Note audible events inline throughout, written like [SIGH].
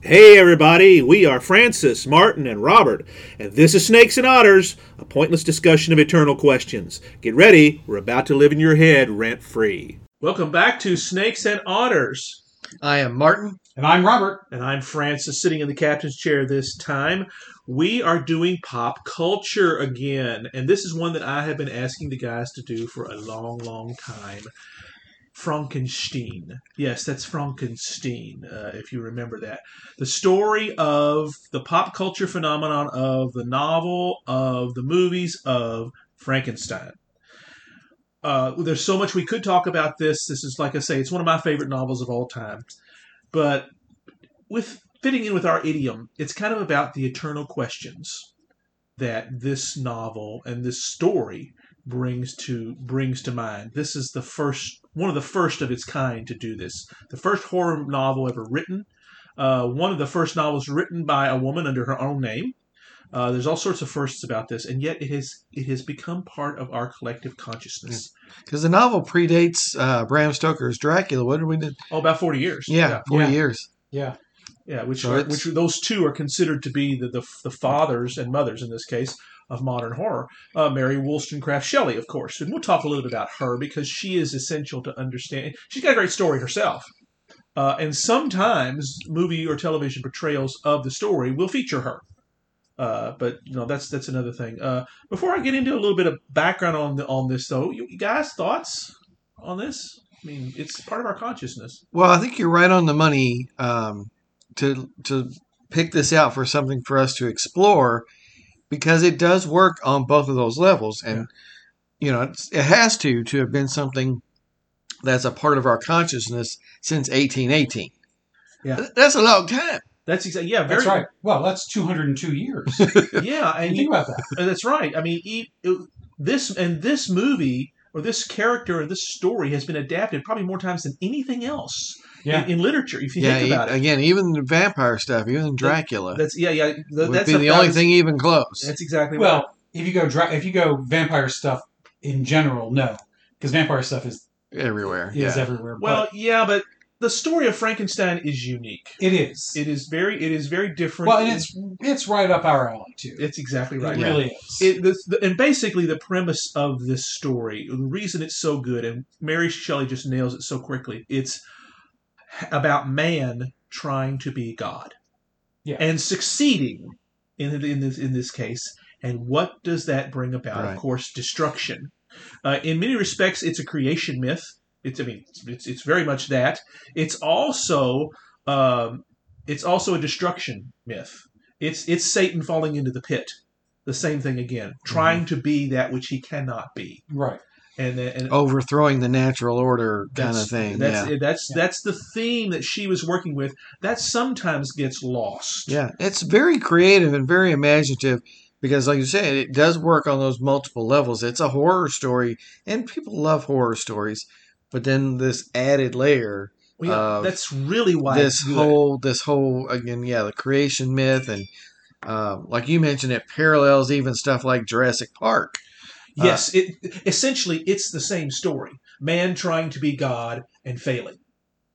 Hey, everybody, we are Francis, Martin, and Robert, and this is Snakes and Otters, a pointless discussion of eternal questions. Get ready, we're about to live in your head rent free. Welcome back to Snakes and Otters, I am Martin. And I'm Robert. and I'm Francis, sitting in the captain's chair this time. We are doing pop culture again, and this is one that I have been asking the guys to do for a long, long time. Frankenstein. Yes, that's Frankenstein, uh, if you remember that. The story of the pop culture phenomenon of the novel, of the movies, of Frankenstein. Uh, there's so much we could talk about this. This is, like I say, it's one of my favorite novels of all time. But with fitting in with our idiom, it's kind of about the eternal questions that this novel and this story brings to brings to mind. This is the first one of the first of its kind to do this. The first horror novel ever written. Uh, one of the first novels written by a woman under her own name. Uh, there's all sorts of firsts about this, and yet it has it has become part of our collective consciousness. Because the novel predates uh, Bram Stoker's Dracula. What did we do? Oh, about forty years. Yeah, 40 Yeah. years. Yeah. Yeah, which So are, it's- which those two are considered to be the, the the fathers and mothers in this case of modern horror. Uh, Mary Wollstonecraft Shelley, of course, and we'll talk a little bit about her because she is essential to understand. She's got a great story herself, uh, and sometimes movie or television portrayals of the story will feature her. Uh, but you know that's that's another thing. Uh, before I get into a little bit of background on the, on this, though, you guys thoughts on this? I mean, it's part of our consciousness. Well, I think you're right on the money um, to to pick this out for something for us to explore because it does work on both of those levels, and you know it's, it has to to have been something that's a part of our consciousness since 1818. Yeah. Th- that's a long time. That's exactly yeah, very That's right. Well, that's 202 years. [LAUGHS] yeah, and and you, think about that. Uh, That's right. I mean, e- it- this and this movie or this character or this story has been adapted probably more times than anything else Yeah. in, in literature. If you yeah, think e- about it, again, even the vampire stuff, even Dracula, that's yeah, yeah. th- would that's be the about only as- thing even close. That's exactly right. Well, if you go dra- if you go vampire stuff in general, no, because vampire stuff is Everywhere, is yeah. everywhere. Well, but yeah, but the story of Frankenstein is unique. it is. It is very, it is very different. well, and it's it's right up our alley too. it's exactly it right. really is. it, the, the, and basically the premise of this story the reason it's so good and mary shelley just nails it so quickly it's about man trying to be god Yeah. and succeeding in, in, this, in this case and what does that bring about Right. of course destruction uh, in many respects it's a creation myth it's i mean it's, it's, it's very much that it's also um, it's also a destruction myth it's it's satan falling into the pit the same thing again, Mm-hmm. trying to be that which he cannot be, right. and and overthrowing the natural order kind that's- of thing. That's that's Yeah. that's the theme that she was working with. That sometimes gets lost. yeah, yeah. It's very creative and very imaginative because, like you said, it does work on those multiple levels. It's a horror story, and people love horror stories. But then this added layer, Well, yeah, Uh, that's really why this it's good. whole, this whole again, yeah, the creation myth, and um, like you mentioned, it parallels even stuff like Jurassic Park. uh, yes, it essentially it's the same story: man trying to be God and failing,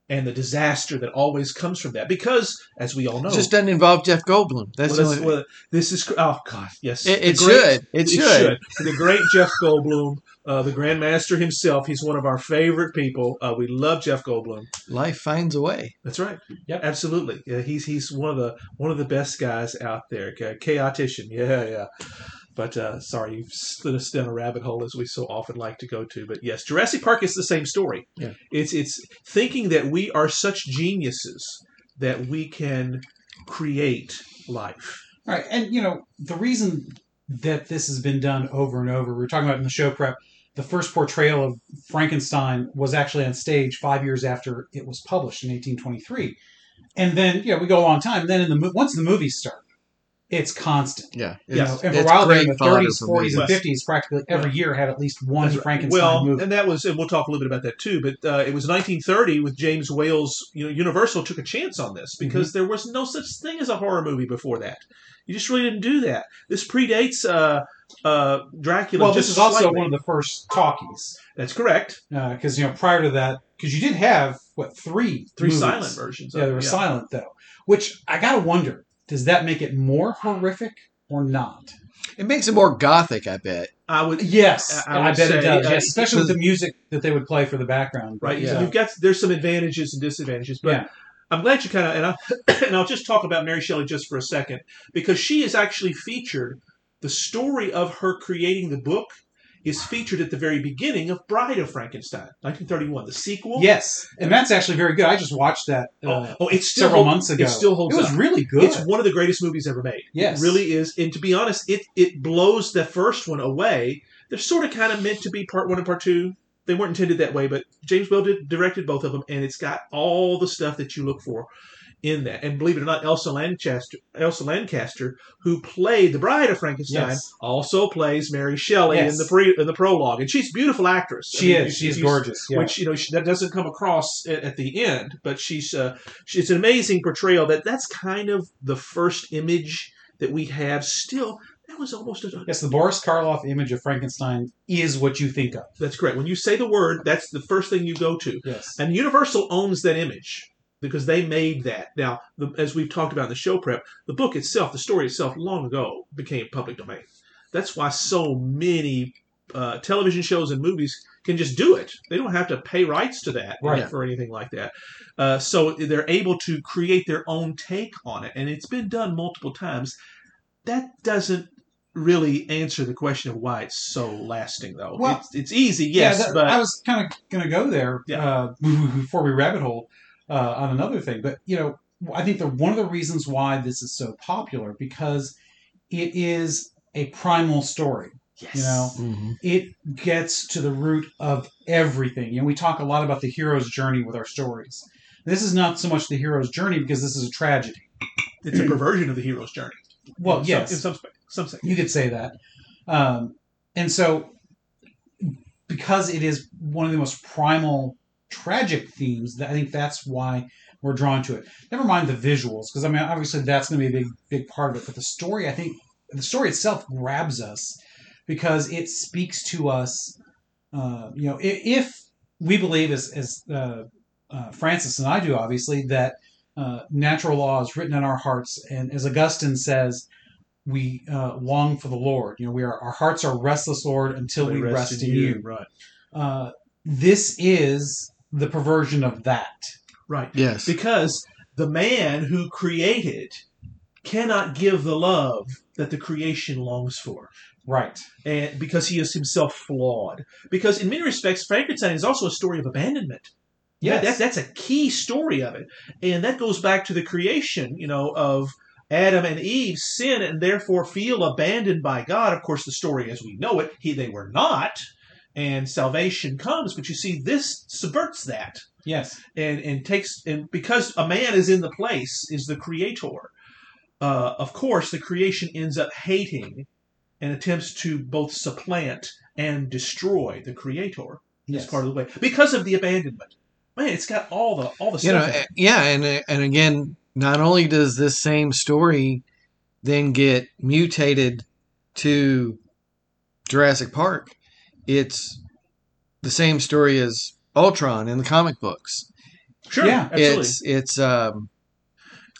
and the disaster that always comes from that. Because, as we all know, It just doesn't involve Jeff Goldblum. That's Oh. well, the that's- only- well, this is oh god, yes, it, it The great- should. It should. The great Jeff Goldblum, uh, the Grandmaster himself. He's one of our favorite people. Uh, we love Jeff Goldblum. Life finds a way. That's right. Yep. absolutely. Yeah, he's he's one of the one of the best guys out there. Cha- Chaotician. Yeah, yeah. But uh, sorry, you've slid us down a rabbit hole as we so often like to go to. But yes, Jurassic Park is the same story. Yeah. It's it's thinking that we are such geniuses that we can create life. All right, and you know the reason that this has been done over and over. We were talking about in the show prep. The first portrayal of Frankenstein was actually on stage five years after it was published in 1823, and then you know we go a long time. Then in the mo- once the movies start, it's constant. Yeah. Yeah, It's- and for a it's while there in the great fodder 30s, for 40s, and movies. 50s, practically every year had at least one That's right. Frankenstein well, movie. and that was, and we'll talk a little bit about that too. But uh, it was 1930 with James Whale's. You know, Universal took a chance on this because Mm-hmm. there was no such thing as a horror movie before that. You just really didn't do that. This predates uh, uh, Dracula. Well, just this is also slightly. one of the first talkies uh, That's correct. because you know prior to that, because you did have what three Three movies? silent versions. Yeah, of they it, were silent though, Which I gotta wonder, does that make it more horrific or not? It makes it more gothic, I bet. I would Yes, I- I I, would bet it say, does. uh, yes, especially with because- the music that they would play for the background. right. Yeah. So you've got there's some advantages and disadvantages, but Yeah. I'm glad you kind of and I and I'll [CLEARS THROAT] just talk about Mary Shelley just for a second because she is actually featured. The story of her creating the book is featured at the very beginning of Bride of Frankenstein, 1931, the sequel. Yes, and that's actually very good. I just watched that uh, Oh, oh, it's still several hold- months ago. It still holds It was up. really good. It's one of the greatest movies ever made. yes, It really is. And to be honest, it it blows the first one away. They're sort of kind of meant to be part one and part two. They weren't intended that way, but James Whale did, directed both of them, and it's got all the stuff that you look for in that. And believe it or not, Elsa Lancaster, Elsa Lancaster, who played the Bride of Frankenstein, Yes. also plays Mary Shelley in Yes. the pre, in the prologue, and she's a beautiful actress. I She mean, is. you- She is you- gorgeous. Yeah. which you know she, that doesn't come across at, at the end but she's uh, she, it's an amazing portrayal that that's kind of the first image that we have still that was almost a, yes, the Boris Karloff image of Frankenstein is what you think of. that's correct when you say the word that's the first thing you go to Yes. and universal owns that image because they made that now the, as we've talked about in the show prep the book itself the story itself long ago became public domain that's why so many uh, television shows and movies can just do it they don't have to pay rights to that Right. or anything like that uh, so they're able to create their own take on it and it's been done multiple times that doesn't really answer the question of why it's so lasting though Well- it's, it's easy yes yeah, that- but I was kind of going to go there Yeah. uh, before we rabbit hole uh, on another thing. But you know, I think the one of the reasons why this is so popular because it is a primal story. yes. you know, It gets to the root of everything. You know, we talk a lot about the hero's journey with our stories. This is not so much the hero's journey because this is a tragedy. it's a perversion of the hero's journey. Well, In some- yes, in some spe- some sense. You could say that. Um, and so, because it is one of the most primal tragic themes, that- I think that's why we're drawn to it. Never mind the visuals, because I mean, obviously that's going to be a big, big part of it. But the story, I think, the story itself grabs us because it speaks to us. Uh, you know, i- if we believe, as as uh, uh, Francis and I do, obviously, that uh, natural law is written in our hearts, and as Augustine says, we uh, long for the Lord. You know, we are our hearts are restless, Lord, until we rest, in You. Right. Uh, this is the perversion of that. Right. Yes. Because the man who created cannot give the love that the creation longs for. Right. And because he is himself flawed. Because in many respects, Frankenstein is also a story of abandonment. Yeah, Yes. that, that's a key story of it, and that goes back to the creation, you know, of Adam and Eve sin and therefore feel abandoned by God. Of course, the story as we know it, he they were not, and salvation comes. But you see, this subverts that yes. and and takes and because a man is in the place is the creator uh, of course the creation ends up hating and attempts to both supplant and destroy the creator Yes. as part of the way because of the abandonment man it's got all the all the you know stuff in eh, it. yeah and eh, and again not only does this same story then get mutated to Jurassic Park it's the same story as Ultron in the comic books sure yeah, absolutely eh, it's it's um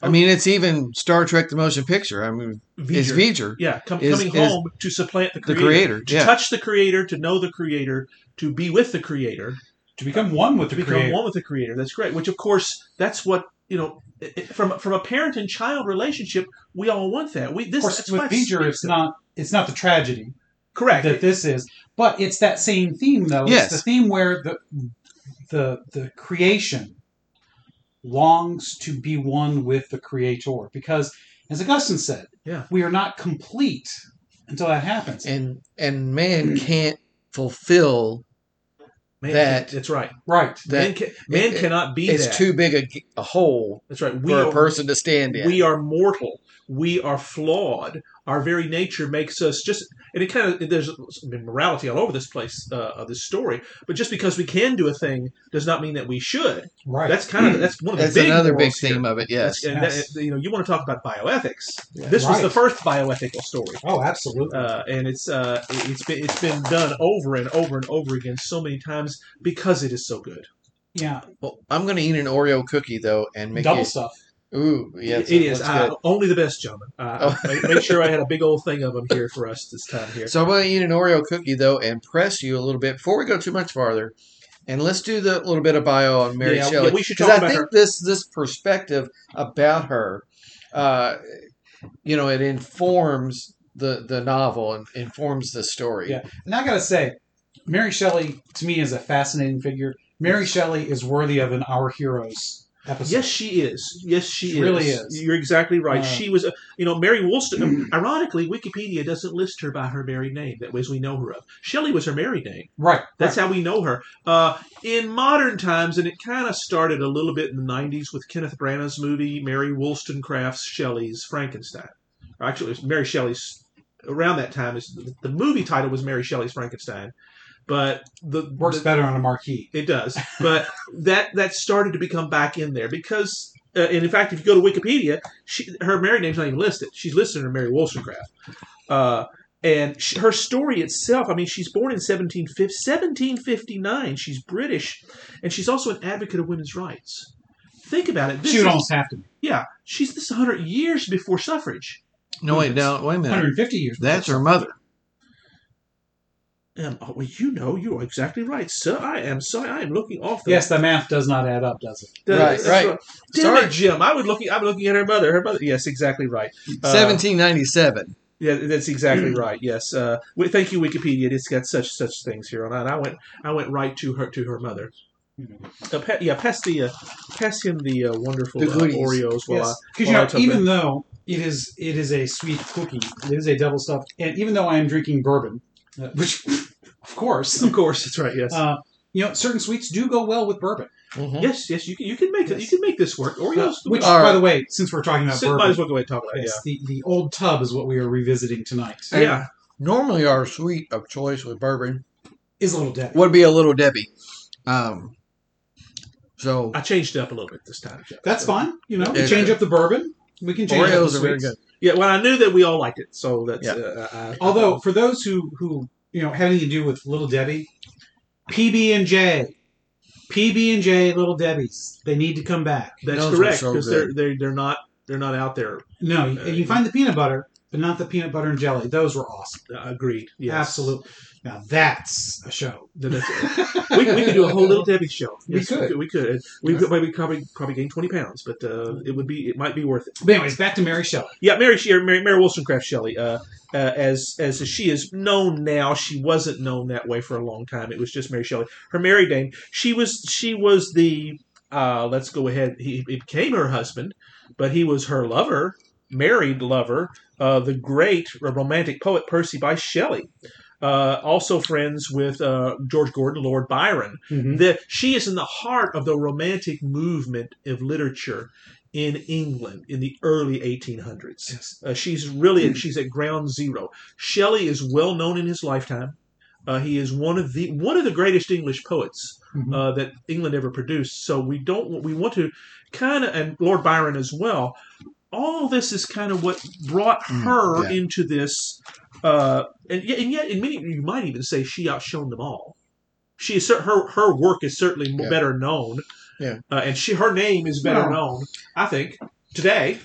I mean it's even Star Trek the motion picture I mean it's V'ger. V'ger yeah com- is- coming is home to supplant the the creator, creator to yeah touch the creator to know the creator to be with the creator to become one with to the become creator. one with the creator. That's great. Which, of course, that's what you know i- i- from from a parent and child relationship. We all want that. We Of this course, that's with why Beecher, it's not it's not the tragedy correct. that this is, but it's that same theme though. Yes. It's the theme where the the the creation longs to be one with the creator because as Augustine said, Yeah. we are not complete until that happens. and and man can't fulfill man, that- that's right. right. man that can, man it- cannot be it's that. too big a, g- a hole that's right. We for a are, person to stand in we are mortal. We are flawed. Our very nature makes us just, and it kind of there's I mean, morality all over this place uh, of this story. But just because we can do a thing does not mean that we should. Right. That's kind of that's one of the that's big another big morals here. theme of it yes And Yes. that, you know, you want to talk about bioethics. This was Right. the first bioethical story, oh, absolutely. uh, and it's uh, it's been it's been done over and over and over again so many times because it is so good. yeah. Well, I'm going to eat an Oreo cookie though and make Double it stuff. Ooh, yeah, It is that's uh, good. only the best, gentlemen. Uh, Oh. [LAUGHS] make, make sure I had a big old thing of them here for us this time [LAUGHS] here. So I'm going to eat an Oreo cookie though, and press you a little bit before we go too much farther. And let's do the little bit of bio on Mary Yeah, Shelley yeah, we should because talk I about think her. this this perspective about her, uh, you know, it informs the the novel and informs the story. Yeah. And I gotta say, Mary Shelley to me is a fascinating figure. Mary Shelley is worthy of an Our Heroes episode. Yes, she is. Yes, she, She is. really is. You're exactly right. Uh, she was, a- you know, Mary [CLEARS THROAT] Wollstonecraft. ironically, Wikipedia doesn't list her by her married name. That way, as we know her of. Shelley was her married name. right. That's right. how we know her. Uh, in modern times, and it kind of started a little bit in the 90s with Kenneth Branagh's movie, Mary Wollstonecraft's Shelley's Frankenstein. Or actually, it was Mary Shelley's, around that time, is the, the movie title was Mary Shelley's Frankenstein. But the, works the- better on a marquee. it does. But that that started to become back in there because, uh, and in fact, if you go to Wikipedia, she, her married name's not even listed. She's listed under Mary Wollstonecraft. Uh, and sh her story itself, I mean, she's born in 1750, 1759. She's British, and she's also an advocate of women's rights. Think about it. This She would is- almost have to. be. yeah, she's this 100 years before suffrage. No, wait, now, wait a minute. 150 years. That's her mother. Um, oh, well, you know, you are exactly right, sir. I am sorry. I am looking off the Yes, the math does not add up, does it? That- Right, that's right. what- Damn Sorry. it, Jim. I was looking. I'm looking at her mother. Her mother. Yes, exactly right. Uh, 1797. Yeah, that's Mm. exactly right. Yes. Uh, we, thank you, Wikipedia. It's got such such things here on. And I went. I went right to her to her mother. Uh, pa- yeah, pass the, uh, pass him the uh, wonderful The uh, goodies. Oreos. While Yes, I, while because I you know, took even them. though it is it is a sweet cookie, it is a double stuffed, and even though I am drinking bourbon, uh, which [LAUGHS] of course, of course, that's right. Yes. uh, you know, certain sweets do go well with bourbon. Mhm. yes, yes. You can you can make it. You Yes. can make this work. Oreos. Uh, Which, All by right. the way, since we're talking about so, might bourbon, as well go ahead and talk about it. yes, the the old tub is what we are revisiting tonight. Yeah. yeah. Normally, our sweet of choice with bourbon Is a little dead. would be a little Debbie. Um, so I changed it up a little bit this time. Jeff. That's fine. You know, we Yeah. change up the bourbon. We can change up Oreos the are very good. sweets. Yeah. Well, I knew that we all liked it, so that's. Yeah. Uh, I, I- Although for those who who you know having to do with Little Debbie, PB and J, PB and J Little Debbie's, they need to come back. that's Those were correct so because good. they're they they're not they're not out there No, you, Uh, you find the peanut butter, but not the peanut butter and jelly. Those were awesome. Uh, Agreed. Yes. Absolutely. Now that's a show. [LAUGHS] Then that's- we, we could do a whole little Debbie show. We could. We could. We could. We could we probably probably gain twenty pounds, but uh, it would be it might be worth it. But anyways, back to Mary Shelley. Yeah, Mary She- Mary, Mary Wollstonecraft Shelley. Uh, uh, as as she is known now, she wasn't known that way for a long time. It was just Mary Shelley. Her married name. She was she was the. Uh, let's go ahead. He, he became her husband, but he was her lover, married lover. Uh, the great romantic poet Percy Bysshe Shelley. Uh, also friends with uh, George Gordon, Lord Byron. Mm-hmm. The, she is in the heart of the romantic movement of literature in England in the early 1800s. Yes. Uh, she's Mm. really she's at ground zero. Shelley is well known in his lifetime. Uh, he is one of the one of the greatest English poets Mm-hmm. Mhm. uh, that England ever produced. So we don't want- we want to kind of and Lord Byron as well. All this is kind of what brought Mm, her yeah. into this, uh, and, yet, and yet, in many you might even say she outshone them all. She is cer- her her work is certainly Yeah. better known, Yeah. uh, and she her name is better Well. known, I think, today.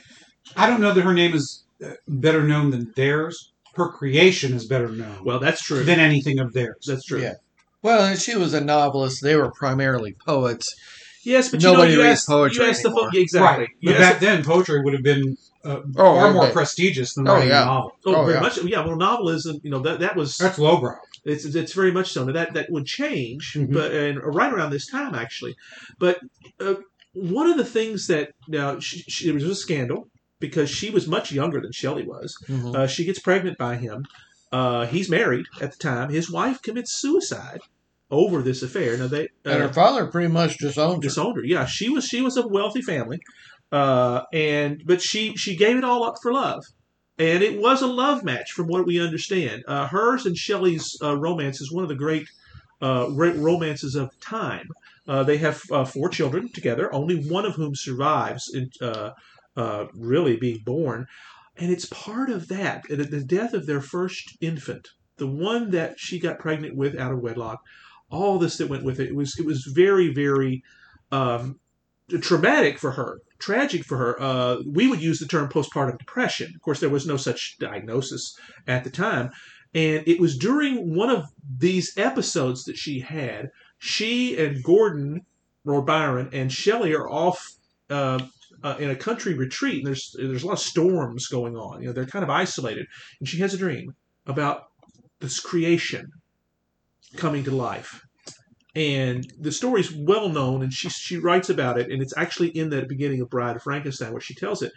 I don't know that her name is uh, better known than theirs. Her creation is better known Well, that's true. than anything of theirs. That's true. Yeah. Well, and she was a novelist. They were primarily poets. Yes, but Nobody you know, you reads asked, poetry you asked the anymore. fo- yeah, exactly. Right. You But asked back then, poetry would have been uh, Oh, far more okay. prestigious than Oh, writing yeah. a novel. the- oh, oh, very yeah. much. Yeah, well, novelism. You know that that was That's lowbrow. it's it's very much so. Now, that that would change, Mhm. Mm-hmm. but and right around this time actually. But uh, one of the things that now she, she, it was a scandal because she was much younger than Shelley was. Mhm. Uh, she gets pregnant by him. Uh, he's married at the time. His wife commits suicide over this affair. Now they and uh, her father pretty much disowned her. disowned her. Yeah, she was she was a wealthy family, uh, and but she she gave it all up for love, and it was a love match from what we understand. Uh, hers and Shelley's uh, romance is one of the great uh, great romances of time. Uh, they have uh, four children together, only one of whom survives, in, uh, uh, really being born, and it's part of that and at the death of their first infant, the one that she got pregnant with out of wedlock. All this that went with it, it was it was very very um, traumatic for her. tragic for her. Uh, we would use the term postpartum depression. Of course, there was no such diagnosis at the time. And it was during one of these episodes that she had, she and Gordon, or Byron, and Shelley are off uh, uh, in a country retreat, and there's there's a lot of storms going on. You know, they're kind of isolated, and she has a dream about this creation coming to life, and the story's well known, and she she writes about it, and it's actually in the beginning of Bride of Frankenstein where she tells it.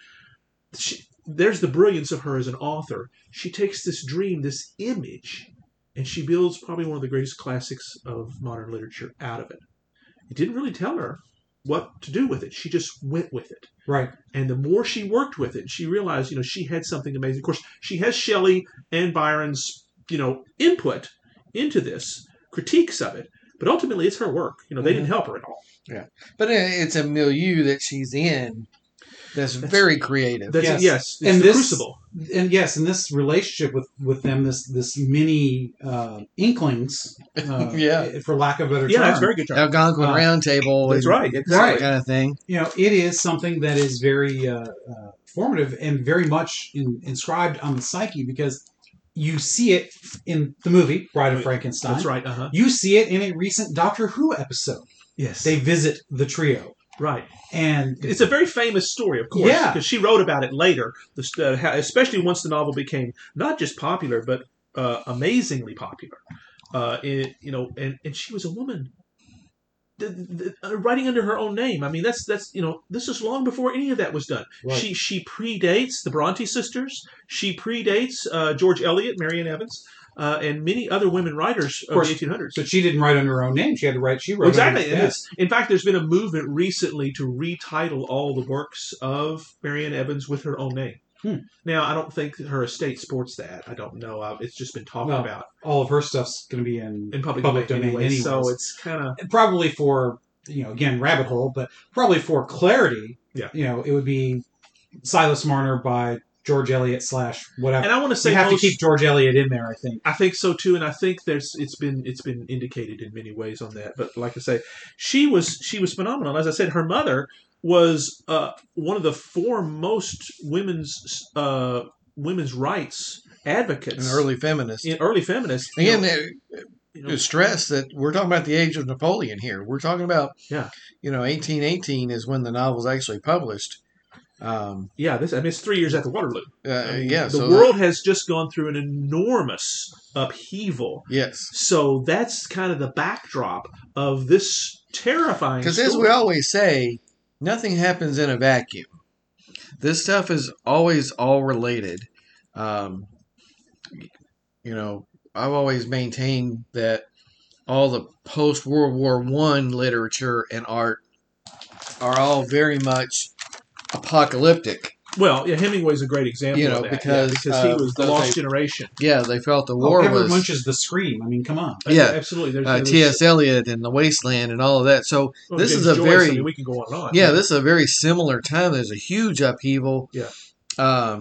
She, there's the brilliance of her as an author. She takes this dream, this image, and she builds probably one of the greatest classics of modern literature out of it. It didn't really tell her what to do with it. She just went with it. Right. And the more she worked with it, she realized, you know, she had something amazing. Of course, she has Shelley and Byron's, you know, input into this, critiques of it, but ultimately it's her work. You know, they didn't help her at all. But it- it's a milieu that she's in that's, That's- very creative. That's Yes. yes, it's And the this- crucible. and yes, and this relationship with with them, this this mini uh, inklings, uh, Yeah. for lack of a better Yeah, term, that's a very good term. Algonquin Uh, Round Table. That's and right. That Exactly. kind of thing. you know, it is something that is very uh, uh, formative and very much in, inscribed on the psyche because you see it in the movie Bride of Right. Frankenstein. That's right. Uh huh. You see it in a recent Doctor Who episode. Yes. They visit the trio, right. and It's a very famous story, of course, Yeah. because she wrote about it later, the st- uh, how- especially once the novel became not just popular but uh, amazingly popular. Uh, it, you know, and, and she was a woman Th- th- uh, writing under her own name. I mean, that's that's you know, this is long before any of that was done. Right. She she predates the Bronte sisters. She predates uh, George Eliot, Marian Evans, uh, and many other women writers of, course. the 1800s. but she didn't write under her own name. She had to write. She wrote Exactly. Under, and it's- in fact, there's been a movement recently to retitle all the works of Marianne Evans with her own name. Hmm. Now, I don't think her estate supports that. I don't know. Uh, It's just been talked No. about all of her stuff's going to be in in public, Public domain, domain anyway, so anyways. it's kind of probably for you know again rabbit hole, but probably for clarity. Yeah. You know, it would be Silas Marner by George Eliot slash and whatever. I want to You say have most, to keep George Eliot in there, I think. I think so too, and I think there's it's been it's been indicated in many ways on that. But like I say, she was she was phenomenal. As I said, her mother was uh, one of the foremost women's uh, women's rights An advocates early feminist. in early feminists. you Again, know, uh, it- you know, to stress that we're talking about the age of Napoleon here. We're talking about, Yeah. you know, 1818 is when the novel's actually published. Um, yeah, this I mean it's three years after Waterloo. uh, I mean, yeah, the so world has just gone through an enormous upheaval. yes, So that's kind of the backdrop of this terrifying. because as we story. always say, nothing happens in a vacuum. This stuff is always all related. Um, you know, I've always maintained that all the post World War One literature and art are all very much apocalyptic. well, yeah, Hemingway's a great example. You know, of that, yeah, because, because he uh, was the those lost they- generation. Yeah, they felt the Or war Everett was Munch is the scream. I mean, come on. Yeah. absolutely. There's, uh, there's- T.S. Eliot and The Wasteland and all of that. So well, this James is a Joyce, very I mean, we can go on and on. yeah, this is a very similar time. There's a huge upheval. Yeah. um,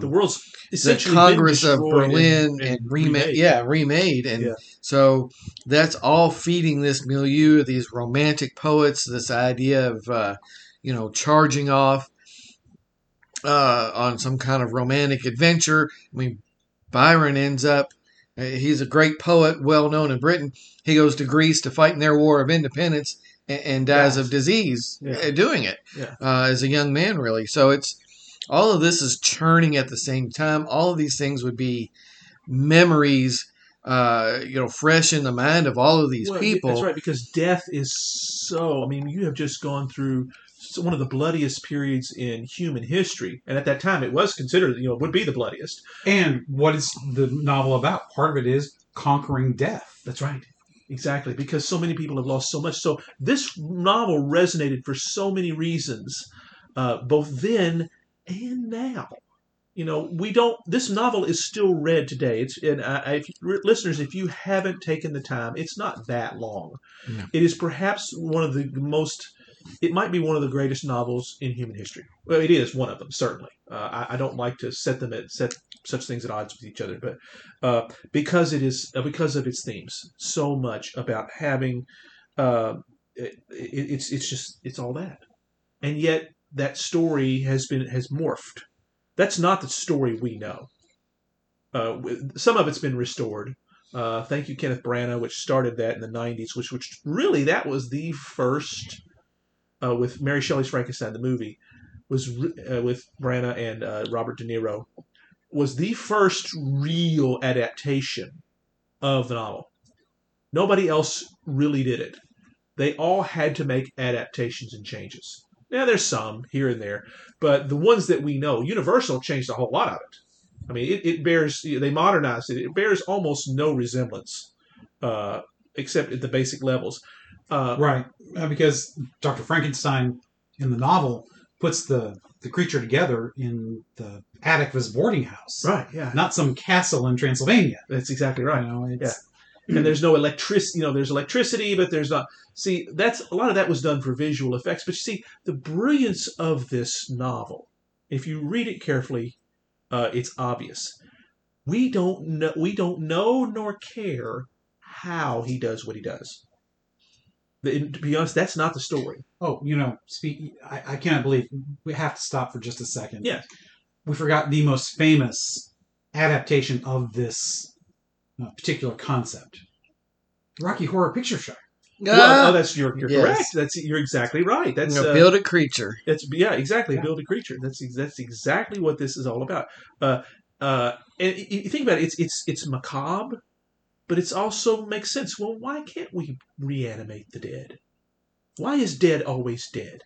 the the, world's essentially been Congress of destroyed and- Berlin and, remade, yeah, remade, and Yeah. so that's all feeding this milieu of these romantic poets. This idea of uh, you know charging off uh, on some kind of romantic adventure. I mean, Byron ends up. uh, He's a great poet, well known in Britain. He goes to Greece to fight in their war of independence and, and Dies. dies of disease Yeah. uh, doing it Yeah. uh, as a young man, really. So it's all of this is churning at the same time. All of these things would be memories, uh, you know, fresh in the mind of all of these Well, yeah, people. That's right, because death is so. I mean, you have just gone through s- one of the bloodiest periods in human history, and at that time, it was considered you know would be the bloodiest. And what is the novel about? Part of it is conquering death. That's right, exactly, because so many people have lost so much. So this novel resonated for so many reasons, uh, both then and now. You know, we don't. This novel is still read today. It's and I, I, if, listeners, if you haven't taken the time, it's not that long. No. It is perhaps one of the most it might be one of the greatest novels in human history. Well, it is one of them, certainly. Uh, I, I don't like to set them at set such things at odds with each other, but uh, because it is uh, because of its themes, so much about having uh, it, it, it's it's just it's all that, and yet that story has been has morphed. That's not the story we know. Uh, with- some of it's been restored. Uh, thank you, Kenneth Branagh, which started that in the '90s, which which really that was the first uh, with Mary Shelley's Frankenstein the movie was re- uh, with Branagh and uh, Robert De Niro was the first real adaptation of the novel. Nobody else really did it. They all had to make adaptations and changes. Now there's some here and there, but the ones that we know, Universal changed a whole lot of it. I mean, it, it bears they modernized it. It bears almost no resemblance, uh, except at the basic levels. Uh, Right, uh, because Dr. Frankenstein in the novel puts the, the creature together in the attic of his boarding house, right. Yeah. not some castle in Transylvania. That's exactly right. You know, it's, Mm-hmm. and there's no electricity. You know, there's electricity, but there's not. See, that's a lot of that was done for visual effects. But you see, the brilliance of this novel, if you read it carefully, uh, it's obvious. We don't know. We don't know nor care how he does what he does. The- and to be honest, that's not the story. Oh, you know, speak. I, I cannot believe we have to stop for just a second. Yeah. we forgot the most famous adaptation of this uh, particular concept: Rocky Horror Picture Show. Well, oh, Ah, that's you're, you're Yes. correct. That's you're exactly right. That's you know, uh, build a creature. That's yeah, exactly. Yeah. Build a creature. That's ex- that's exactly what this is all about. Uh, uh, and y- you think about it, it's it's it's macabre, but it's also makes sense. Well, why can't we reanimate the dead? Why is dead always dead?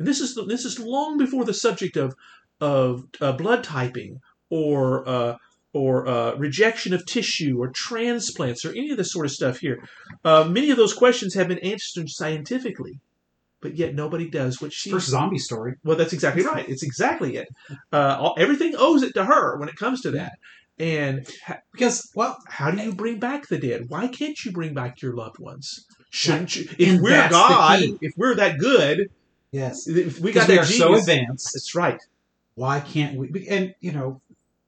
And this is this is long before the subject of of uh, blood typing or uh, or uh, rejection of tissue or transplants or any of this sort of stuff here. Uh, many of those questions have been answered scientifically, but yet nobody does what she First zombie story. well, that's exactly right. It's exactly it. Uh, all, everything owes it to her when it comes to that. And ha- Because, well, how do you bring back the dead? Why can't you bring back your loved ones? Shouldn't you? If And we're that's the God, key. if we're that good, yes, if we got because we that are so genius. advanced. that's right. why can't we and you know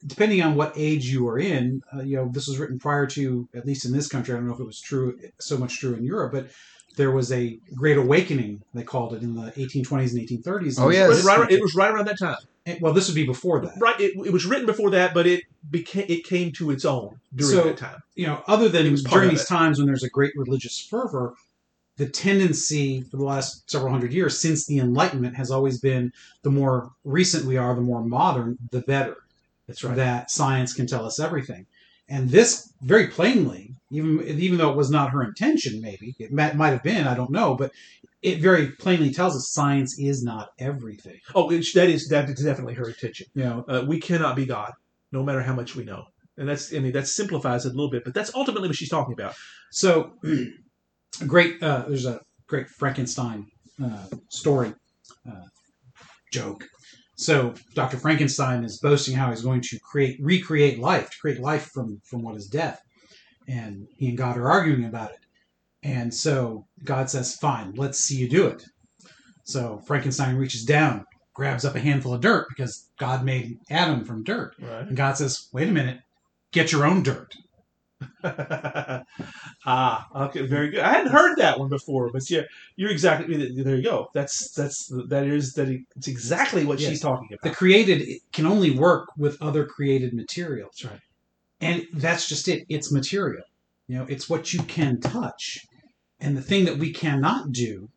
depending on what age you are in uh, you know this was written prior to at least in this country i don't know if it was true so much true in europe but there was a great awakening they called it in the 1820s and 1830s Oh, It yes. was, right, around- it was right around that time. And- well this would be before that Right. It, it was written before that, but it became it came to its own during So- that time. you know other than It was part during of these it. times when there's a great religious fervor the tendency for the last several hundred years since the enlightenment has always been the more recent we are the more modern the better That's right. that science can tell us everything. And this very plainly, even even though it was not her intention, maybe it might, might have been, I don't know, but it very plainly tells us science is not everything. Oh, it, that is that is definitely her intention. You know, Uh, we cannot be God, no matter how much we know. And that's I mean that simplifies it a little bit, but that's ultimately what she's talking about. so [CLEARS THROAT] a great. Uh, there's a great Frankenstein uh, story uh, joke. So Dr. Frankenstein is boasting how he's going to create recreate life, to create life from from what is death, and he and God are arguing about it. And so God says, "Fine, let's see you do it." So Frankenstein reaches down, grabs up a handful of dirt because God made Adam from dirt, Right. and God says, "Wait a minute, get your own dirt." [LAUGHS] ah, okay, very good. I hadn't heard that one before, but yeah, you're exactly there. You go. That's that's that is that. e, It's exactly what she's Yes. talking the about. created can only work with other created material That's right. and that's just it it's material you know it's what you can touch and the thing that we cannot do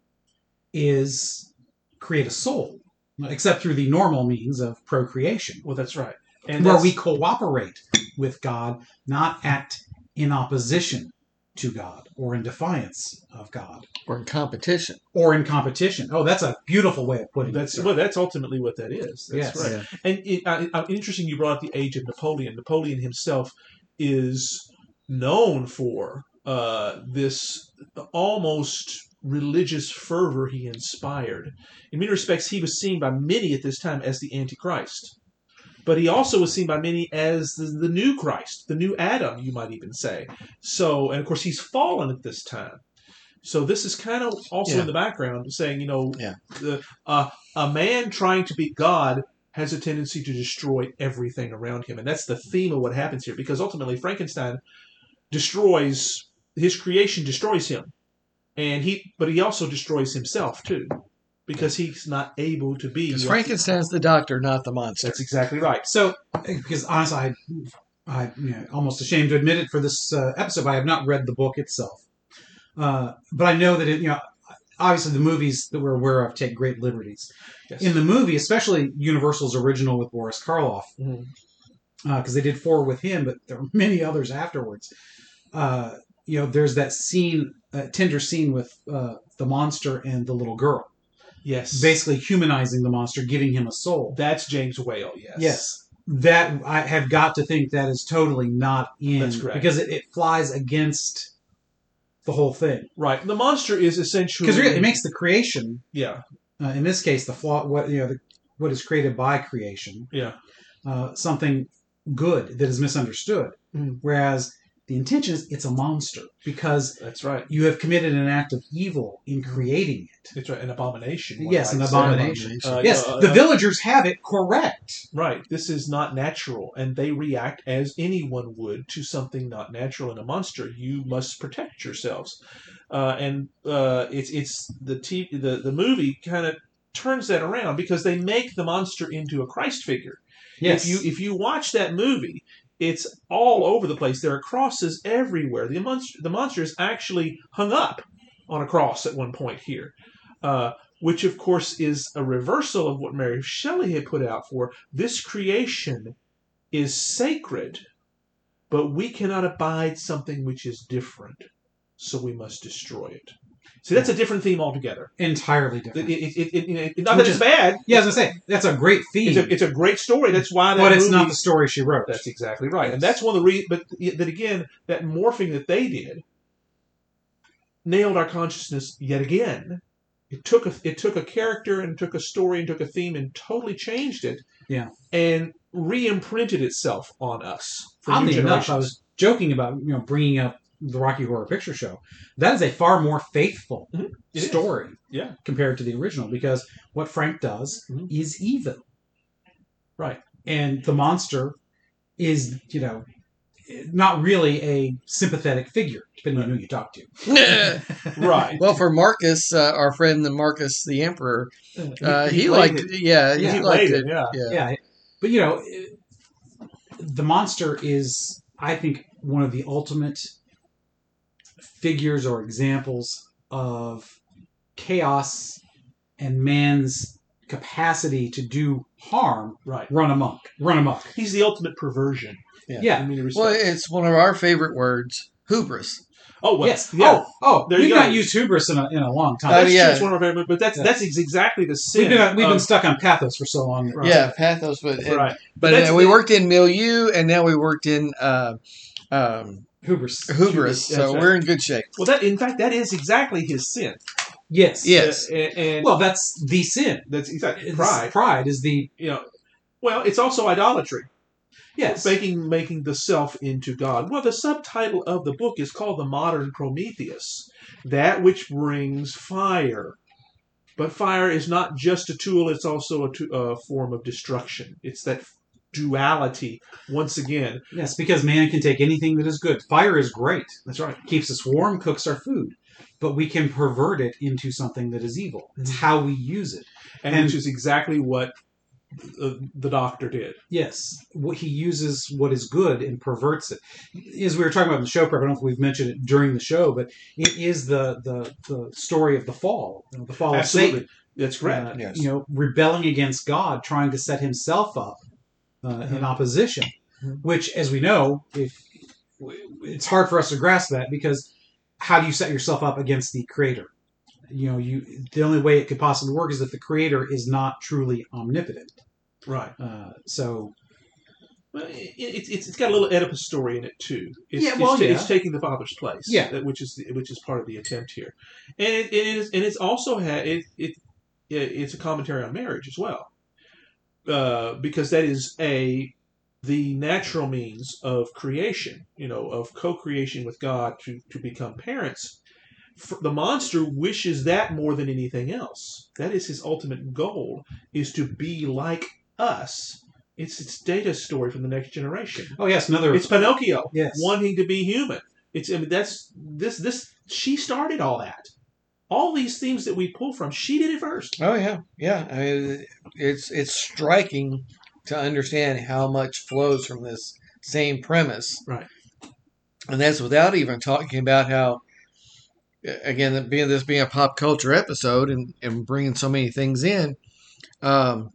is create a soul except through the normal means of procreation Well, that's right. And where that's- we cooperate with god not act in opposition to god or in defiance of god We're in competition. or in competition oh that's a beautiful way of [LAUGHS] putting That's it well. That's ultimately what that is. That's Yes. right. Yeah. And it, I, I'm interesting. You brought up the age of Napoleon. Napoleon himself is known for uh, this almost religious fervor he inspired. In many respects, he was seen by many at this time as the Antichrist, but he also was seen by many as the, the new Christ, the new Adam, you might even say. So, and of course, he's fallen at this time. So this is kind of also Yeah. in the background saying, you know, Yeah. the, uh, a man trying to be God has a tendency to destroy everything around him. And that's the theme of what happens here, because ultimately Frankenstein destroys his creation destroys him. And he but he also destroys himself too. because he's not able to be. Because what- Frankenstein's the doctor, not the monster. [LAUGHS] That's exactly right. So, because honestly, I, I you know, almost ashamed to admit it for this uh, episode, but I have not read the book itself. Uh, but I know that it, you know, obviously the movies that we're aware of take great liberties. Yes. In the movie, especially Universal's original with Boris Karloff, Mhm. because they did four with him, but there were many others afterwards. Uh, you know, there's that scene, uh, tender scene with uh, the monster and the little girl, yes. basically humanizing the monster, giving him a soul. That's James Whale. Yes. Yes. That I have got to think that is totally not in That's correct. because it, it flies against the whole thing. Right. The monster is essentially Because really, it makes the creation yeah, uh, in this case the flaw what you know the, what is created by creation yeah, uh, something good that is misunderstood, Mm. whereas the intention is it's a monster because that's right. you have committed an act of evil in Mm. creating it. That's right. An abomination. one Yes, an might say. abomination. Uh, yes, uh, the uh, villagers have it correct. Right. This is not natural, and they react as anyone would to something not natural in a monster. You must protect yourselves, uh, and uh, it's it's the t- the the movie kind of turns that around because they make the monster into a Christ figure. Yes, If you if you watch that movie, it's all over the place. There are crosses everywhere. The monster the monster is actually hung up on a cross at one point here, uh, which of course is a reversal of what Mary Shelley had put out for this creation is sacred, but we cannot abide something which is different, so we must destroy it. See, that's a different theme altogether. entirely It, different. it, it, it, you know, not Which that it's is- bad. yeah, as I say, that's a great theme. It's a, it's a great story. That's why that but it's not movie- the story she wrote. That's exactly right, and that's one of the reasons. But yet- that again, that morphing that they did nailed our consciousness yet again. It took a it took a character and took a story and took a theme and totally changed it. Yeah. and re-imprinted itself on us. For new Oddly enough, generations. I was joking about you know bringing up the Rocky Horror Picture Show. That is a far more faithful Mhm. It is. story, Yeah. compared to the original because what Frank does Mhm. is evil, Right. And the monster is you know not really a sympathetic figure, depending on who you talk to. [LAUGHS] right. well, for Marcus, uh, our friend the Marcus the Emperor, uh, he, liked, it. yeah, He he liked played it. it. Yeah. Yeah. yeah but you know it- the monster is i think one of the ultimate figures or examples of chaos and man's capacity to do harm Right. run amok run amok He's the ultimate perversion. Yeah. yeah In many respects. Well, it's one of our favorite words, hubris. oh, well, yes Yeah. oh oh There you we've go. not used hubris in a, in a long time that's Uh, true. yeah. It's one of our favorite, but that's Yeah. that's ex- exactly the sin. we've, been, uh, we've of- been [LAUGHS] stuck on pathos for so long Um, Right. Yeah, pathos, but and- right. but That's uh, we the- worked in milieu, and now we worked in uh, um, hubris hubris, That's so right. we're in good shape. Well, that in fact that is exactly his sin. yes Yeah. Yes. Uh, and, and- well that's the sin that's exactly It's- pride. pride is the You know, well, it's also idolatry, yes making making the self into God. Well, the subtitle of the book is called "The Modern Prometheus," that which brings fire. But fire is not just a tool; it's also a, to, a form of destruction. It's that duality once again. Yes, because man can take anything that is good. Fire is great, That's right. keeps us warm, cooks our food, but we can pervert it into something that is evil. It's Mm-hmm. how we use it. and, And- which is exactly what uh, the doctor did. Yes, what he uses what is good and perverts it. As we were talking about in the show prep, I don't know if we've mentioned it during the show, but it is the the, the story of the fall, you know, the fall of Oh, Satan. that's correct. Uh, yes. You know, rebelling against God, trying to set himself up uh, in Mm-hmm. opposition, Mhm. which, as we know, if it's hard for us to grasp that because how do you set yourself up against the creator? You know, you the only way it could possibly work is that the creator is not truly omnipotent. Right. Uh, so Well, it, it, it's it's got a little Oedipus story in it too. It's, Yeah, well, it's, ta- yeah. it's taking the father's place. Yeah. that- which is the- which is part of the attempt here, and it, it is and it's also had it, it it it's a commentary on marriage as well, uh, because that is a the natural means of creation, you know, of co-creation with God to to become parents. F- The monster wishes that more than anything else. That is his ultimate goal: is to be like us. It's it's Data's story from the next generation. oh yes, another It's Pinocchio yes. wanting to be human. It's I mean that's this this she started all that. all these themes that we pull from, she did it first. Oh yeah, yeah. I mean, it's it's striking to understand how much flows from this same premise, Right. And that's without even talking about how, again, that being this being a pop culture episode and and bringing so many things in, um,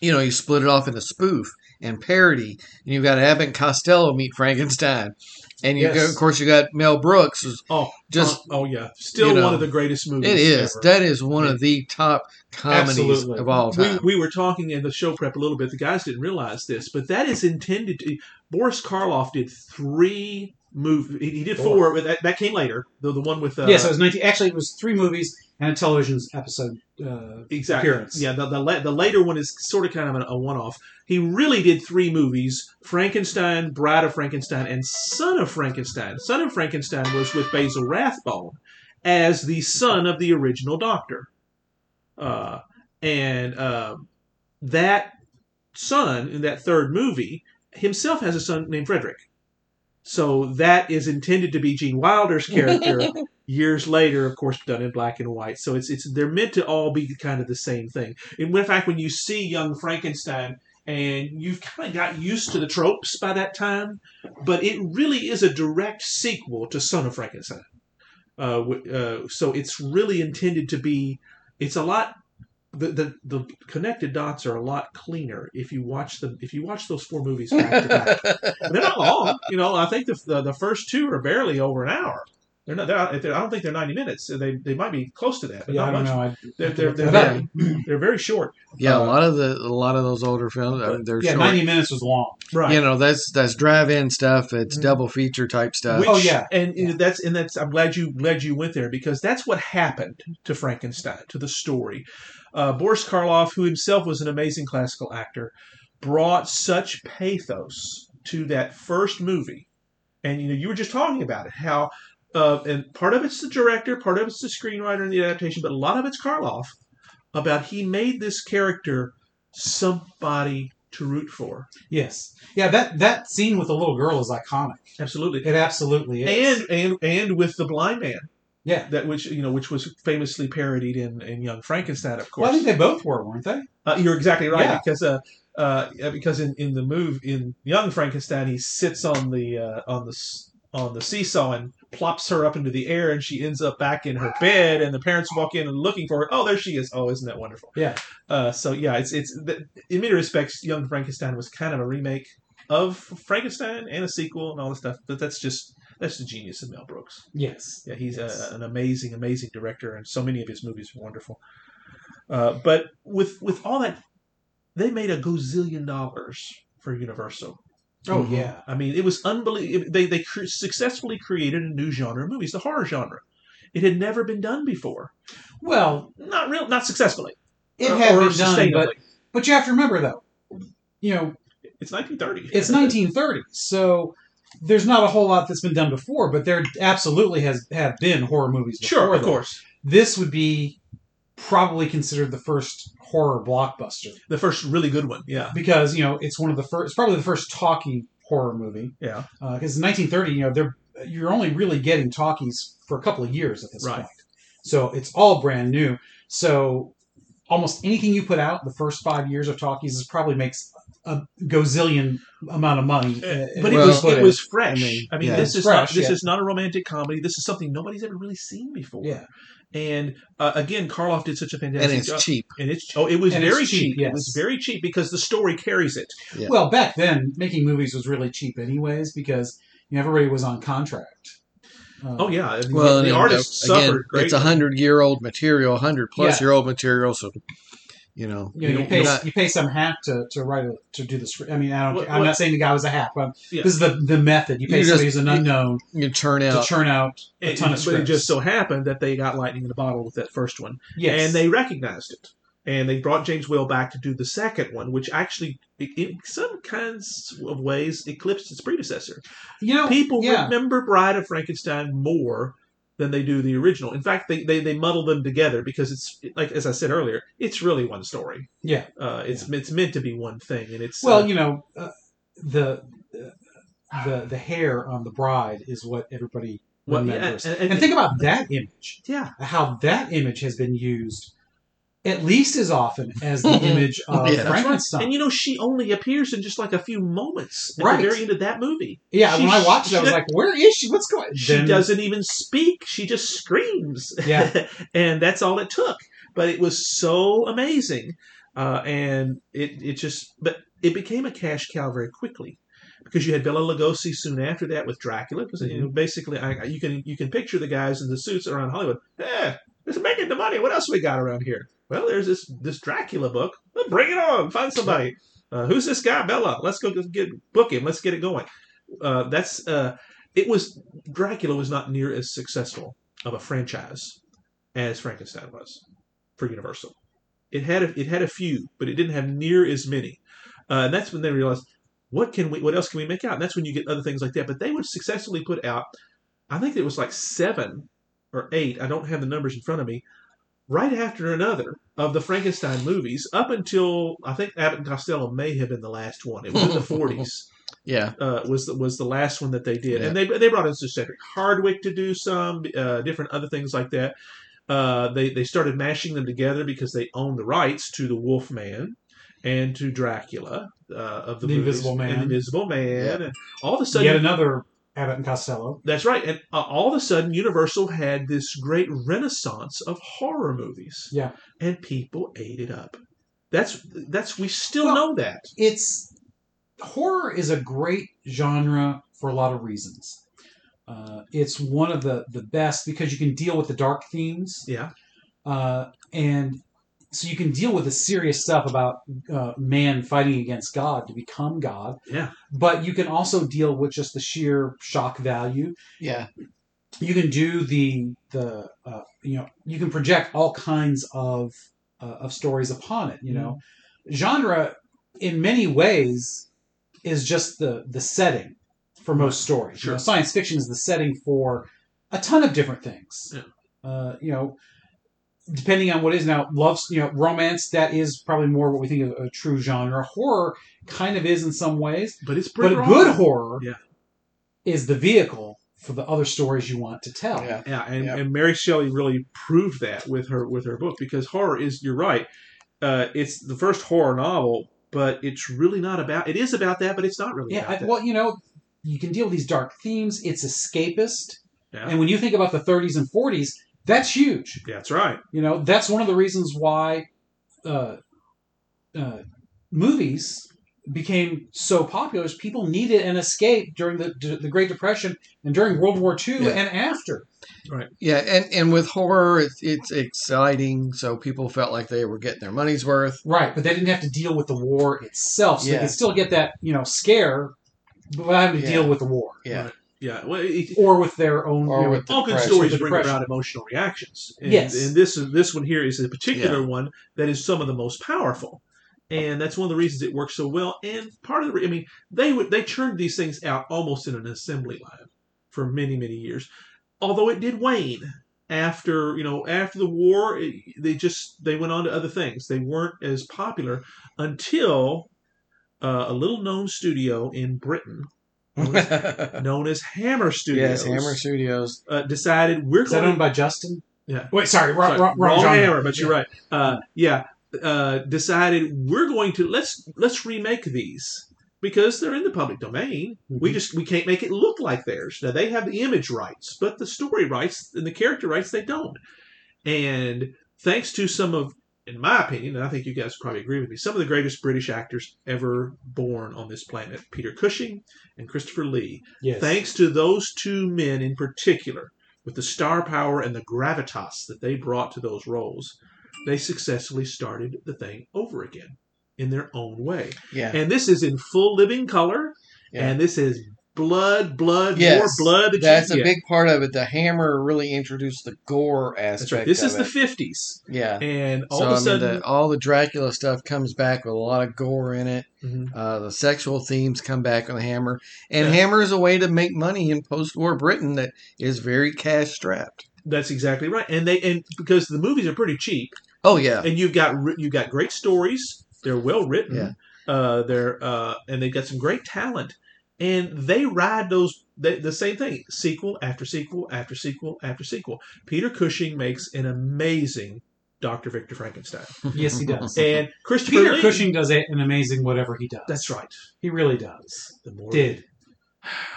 you know, you split it off into spoof and parody, and you've got Abbott and Costello meet Frankenstein, and you Yes. go, of course you got Mel Brooks. who's- Oh, Just- oh, oh, yeah, still you know, one of the greatest movies. It is ever. that is one of the top comedies Absolutely. of all time. We, we were talking in the show prep a little bit. The guys didn't realize this, but that is intended to. Boris Karloff did three movies. He, he did Four. four, but that, that came later. The, the one with uh, yeah, so it was 19. Actually, it was three movies and a television episode. Uh, exactly. appearance. Yeah, the, the la- the later one is sort of kind of a, a one off. He really did three movies: Frankenstein, Bride of Frankenstein, and Son of Frankenstein. Son of Frankenstein was with Basil Rathbone as the son of the original Doctor, uh, and uh, that son in that third movie himself has a son named Frederick. So that is intended to be Gene Wilder's character years later, of course, done in black and white. So it's it's they're meant to all be kind of the same thing. And in fact, when you see Young Frankenstein, and you've kind of got used to the tropes by that time, but it really is a direct sequel to Son of Frankenstein. Uh, w- uh, so it's really intended to be. It's a lot. The, the the connected dots are a lot cleaner if you watch them if you watch those four movies back to back. And They're not long, you know. I think the, the the first two are barely over an hour. They're not. They're, not- they're, I don't think they're ninety minutes. So They they might be close to that, but yeah, I not don't much. know. I, They're they're they're About- very, they're very short. Yeah, Uh, a lot of the a lot of those older films, I mean, they're yeah, short. 90 minutes was long. Right. You know, that's that's drive-in stuff. It's Mhm. double feature type stuff. Which, Oh, yeah. and you know, Yeah. that's and that's. I'm glad you glad you went there because that's what happened to Frankenstein to the story. Uh, Boris Karloff, who himself was an amazing classical actor, brought such pathos to that first movie, and you know you were just talking about it how. Uh, and part of it's the director, part of it's the screenwriter and the adaptation, but a lot of it's Karloff about he made this character somebody to root for. Yes. Yeah, that, that scene with the little girl is iconic. Absolutely. It absolutely is. and and and with the blind man yeah. that which you know which was famously parodied in, in young frankenstein of Well, I course think they both were, weren't they? uh, you're exactly right Yeah. because uh, uh, yeah, because in, in the move in young frankenstein he sits on the uh, on the s- on the seesaw and plops her up into the air and she ends up back in her bed and the parents walk in and looking for her oh there she is oh isn't that wonderful Yeah. uh, so yeah it's it's th- in many respects young frankenstein was kind of a remake of frankenstein and a sequel and all this stuff but that's just that's the genius of mel brooks Yes. yeah, he's uh, Yes. a, an amazing, amazing director, and so many of his movies are wonderful. Uh, but with with all that, they made a gazillion dollars for Universal. Oh, mm-hmm. Mhm. yeah. I mean, it was unbelievable. They they cr- successfully created a new genre of movies, the horror genre. It had never been done before, Well, not real, not successfully. it or- had or been done, but, sustainably. but you have to remember, though, you know, it's 1930. it's 1930, so there's not a whole lot that's been done before, but there absolutely has have been horror movies before. [LAUGHS] Sure, of that. course. This would be probably considered the first horror blockbuster The first really good one. Yeah, because, you know, it's one of the first, it's probably the first talkie horror movie. yeah, because Uh, in 1930, you know, they're you're only really getting talkies for a couple of years at this Right. point. So it's all brand new. So almost anything you put out the first five years of talkies is probably makes a gazillion amount of money. uh, Eh, but it well, was but it it- was fresh. I mean, yeah. this is Fresh, not, this yeah. is not a romantic comedy. This is something nobody's ever really seen before. yeah, And uh, again, Karloff did such a fantastic and it's job. cheap. And it's oh, it was And it's very cheap, cheap. yes. It was very cheap because the story carries it. Yeah. Well, back then making movies was really cheap, anyways, because you know, everybody was on contract. Uh, Oh yeah, I mean, Well, the, and, the uh, artists again, suffered It's a greatly. hundred-year-old material, hundred-plus Yeah. year old material. So, you know, You, know, you you're pay not- you pay some hack to, to write a, to do the script. I mean, I don't. What- I'm what- not saying the guy was a hack, but Yeah. this is the, the method. You pay You just- somebody who's an you- unknown you churn to out. churn out a And- ton of but it scripts. just so happened that they got lightning in a bottle with that first one, Yes. and they recognized it, and they brought James Whale back to do the second one, which actually, i- in some kinds of ways, eclipsed its predecessor. you Oh, know People yeah. remember Bride of Frankenstein more than they do the original. In fact, they, they they muddle them together because it's like as I said earlier, it's really one story. yeah. uh, it's it's meant to be one thing, and it's Well, uh, you know uh, the the the hair on the bride is what everybody Well, yeah, remembers. and- and, and- think about that image, Yeah. how that image has been used at least as often [LAUGHS] as the image of Yeah, that's right. Frankenstein. And you know, she only appears in just like a few moments at Right. the very end of that movie. yeah, she- when I watched it, I was she- like, "Where is she? What's going?" She Then- doesn't even speak. She just screams. [LAUGHS] Yeah. and that's all it took. But it was so amazing. Uh, and it, it just, but it became a cash cow very quickly because you had Bela Lugosi soon after that with Dracula. Because you know, basically, I, you can you can picture the guys in the suits around Hollywood. Eh, it's making the money. What else we got around here? Well, there's this this Dracula book. Well, bring it on. Find somebody. Uh, who's this guy, Bella? Let's go get book him. Let's get it going. Uh, that's uh, it was Dracula was not near as successful of a franchise as Frankenstein was for Universal. It had a, it had a few, but it didn't have near as many. Uh, and that's when they realized what can we what else can we make out? And that's when you get other things like that. But they would successfully put out I think it was like seven or eight, I don't have the numbers in front of me, right after another of the Frankenstein movies, up until I think Abbott and Costello may have been the last one. It was in the forties Yeah. uh, was the, was the last one that they did, Yeah. and they they brought in Sir Cedric Hardwick to do some uh, different other things like that. Uh, they they started mashing them together because they owned the rights to the Wolfman and to Dracula uh, of the, The movies, Invisible Man. and the Invisible Man, and all of a yet sudden. another Abbott and Costello. that's right, and uh, all of a sudden, Universal had this great renaissance of horror movies, Yeah. and people ate it up. That's that's we still Well, know that. it's horror is a great genre for a lot of reasons. Uh, it's one of the the best because you can deal with the dark themes, Yeah. uh, and so you can deal with the serious stuff about uh, man fighting against God to become God. Yeah. but you can also deal with just the sheer shock value. Yeah. You can do the the uh, you know you can project all kinds of uh, of stories upon it. You know, genre in many ways is just the the setting for most stories. You know, Sure. science fiction is the setting for a ton of different things. Uh, you know, depending on what is now love, you know, romance that is probably more what we think of a true genre. Horror kind of is in some ways, But it's but pretty a good horror Yeah. is the vehicle for the other stories you want to tell. Yeah. Yeah, and, Yeah. and Mary Shelley really proved that with her with her book because horror is you're right. Uh, it's the first horror novel, but it's really not about. It is about that, but it's not really. Yeah, about I, that. well, you know, you can deal with these dark themes. It's escapist, Yeah. and when you think about the 30s and 40s, that's huge. Yeah, that's right. You know, that's one of the reasons why uh, uh, movies became so popular. Is people needed an escape during the the Great Depression and during World War II Yeah. and after. Yeah. And and with horror, it's it's exciting, so people felt like they were getting their money's worth. Right, but they didn't have to deal with the war itself, so they Yeah. could still get that you know scare without having to Yeah. deal with the war Yeah. Right. Yeah, well, it, or with their own. Or you know, with the all good depression. stories The bring depression. about emotional reactions. And, Yes. and this is this one here is a particular one that is some of the most powerful, and that's one of the reasons it works so well. And part of the, re- I mean, they would they churned these things out almost in an assembly line for many many years, although it did wane after you know after the war. It, they just they went on to other things. They weren't as popular until uh, a little known studio in Britain Uh, yes, known as Hammer [LAUGHS] Studios Hammer Studios. uh, decided we're is that going to owned by Justin? Yeah. Wait, sorry, wrong, Sorry, wrong, wrong wrong genre. hammer, but you're right. Uh, yeah, uh, decided we're going to let's let's remake these because they're in the public domain. We just we can't make it look like theirs. Now they have the image rights, but the story rights and the character rights they don't. And thanks to some of, in my opinion, and I think you guys probably agree with me, some of the greatest British actors ever born on this planet, Peter Cushing and Christopher Lee. Yes. Thanks to those two men in particular, with the star power and the gravitas that they brought to those roles, they successfully started the thing over again in their own way. Yeah. And this is in full living color, Yeah. and this is blood, blood, Yes, more blood. that you That's a get. big part of it. The hammer really introduced the gore aspect. That's right. This of is the it. 50s, yeah. and all so of a I mean, sudden, the, all the Dracula stuff comes back with a lot of gore in it. Mhm. Uh, the sexual themes come back on Hammer, and Yeah. Hammer is a way to make money in post-war Britain that is very cash strapped. that's exactly right. And they and because the movies are pretty cheap, Oh yeah, and you've got ri- you've got great stories. They're well written. Yeah. Uh, they're uh, and they've got some great talent. and they ride those the, the same thing sequel after sequel after sequel after sequel peter cushing makes an amazing dr victor frankenstein [LAUGHS] Yes, he does. and christopher [LAUGHS] Peter Lee- Cushing does a- an amazing whatever he does. that's right He really does. the more Did.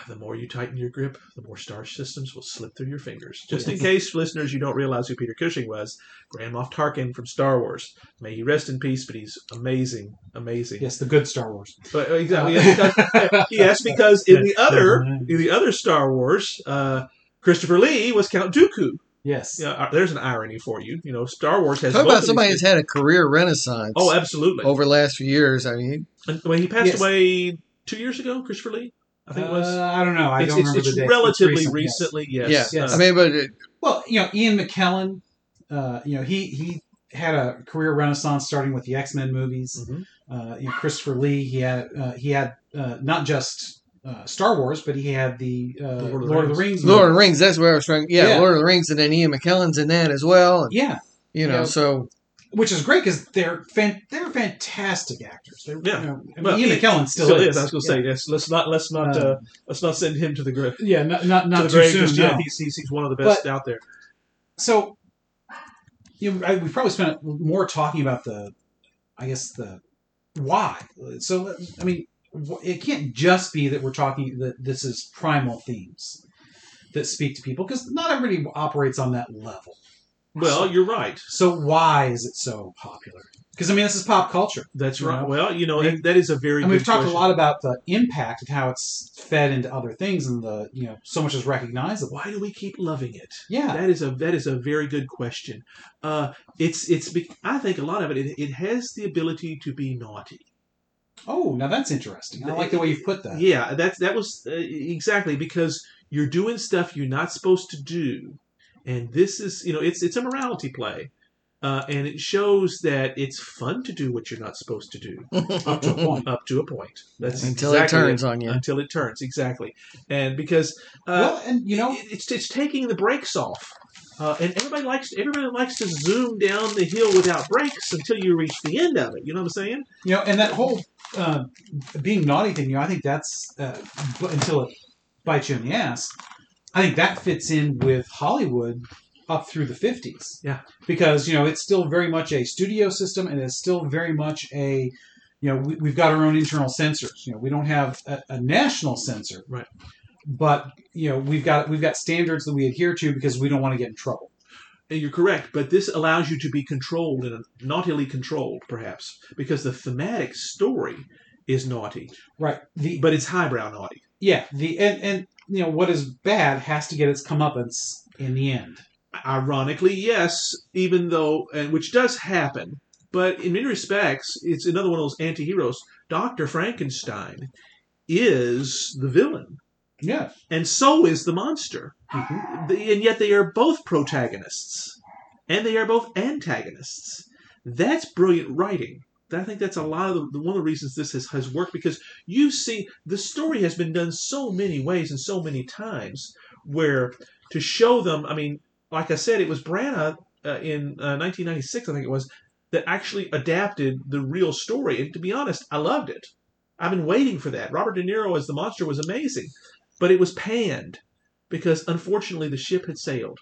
the more you tighten your grip the more starch systems will slip through your fingers just in case listeners you don't realize who peter cushing was grand moff tarkin from star wars may he rest in peace but he's amazing amazing Yes, the good Star Wars. But uh, exactly, Oh. [LAUGHS] yes, because, yes, because in the other in the other Star Wars, uh, Christopher Lee was Count Dooku. Yes. Yeah, uh, there's an irony for you. You know, Star Wars has Talk both about of somebody these that's had a career renaissance people. Oh, absolutely. over the last few years. I mean, And when he passed Yes. away two years ago, Christopher Lee, I think it was. Uh, I don't know. I it's don't it's, remember it's the date. relatively It's recent, yes. recently. Yes. Yeah. Yes. Uh, I mean, but it, Well, you know, Ian McKellen, uh, you know, he he had a career renaissance starting with the X Men movies. mhm. Uh, you know, Christopher Lee, he had uh, he had uh, not just uh, Star Wars, but he had the uh, The Lord, of the Rings. Lord movies. of the Rings, that's where I was trying. Yeah, Yeah. Lord of the Rings, and then Ian McKellen's in that as well. And, Yeah, you know, Yeah. so which is great because they're fan- they're fantastic actors. They're, Yeah. you know, I mean, Well, Ian he- McKellen still, is. I was going to yeah. say yes. Let's not let's not Um, uh, let's not send him to the grave. Yeah, not not, to not the too grave soon. just yet. no. He's, he's he's one of the best out there. so you know, I, we probably spent more talking about the i guess the why so i mean wh- it can't just be that we're talking that this is primal themes that speak to people because not everybody operates on that level Well, you're right. so why is it so popular because i mean this is pop culture That's You right. know? Well, you know I mean- that, that is a very. and we've good talked question. a lot about the impact and how it's fed into other things and the you know so much is recognizable why do we keep loving it? yeah That is a that is a very good question. Uh, it's it's be- I think a lot of it, it it has the ability to be naughty. oh now that's interesting i like the way you've put that Yeah, that's that was uh, exactly because you're doing stuff you're not supposed to do, and this is you know it's it's a morality play, uh, and it shows that it's fun to do what you're not supposed to do up [LAUGHS] to a point up to a point. That's until exactly it turns on you. Until it turns exactly, and because uh, well and you know it- it's it's taking the brakes off. Uh, and everybody likes everybody likes to zoom down the hill without brakes until you reach the end of it. You know what I'm saying? You know, and that whole uh, being naughty thing, you know, I think that's uh, b- until it bites you in the ass. I think that fits in with Hollywood up through the 50s. Yeah. Because, you know, it's still very much a studio system and it's still very much a, you know, we, we've got our own internal censors. You know, we don't have a, a national censor. Right. But, you know, we've got we've got standards that we adhere to because we don't want to get in trouble. And you're correct, but this allows you to be controlled and naughtily controlled, perhaps, because the thematic story is naughty, Right. The but it's highbrow naughty. yeah, the and and you know, what is bad has to get its comeuppance in the end. Ironically, yes, even though, and which does happen, but in many respects, it's another one of those anti-heroes. Doctor Frankenstein is the villain, Yeah. and so is the monster. Mhm. The- and yet they are both protagonists and they are both antagonists that's brilliant writing i think that's a lot of the, the- one of the reasons this has, has worked because you see the story has been done so many ways and so many times where to show them i mean like i said it was branagh uh, in uh, 1996 i think it was that actually adapted the real story and to be honest i loved it i've been waiting for that robert de niro as the monster was amazing but it was panned because unfortunately the ship had sailed.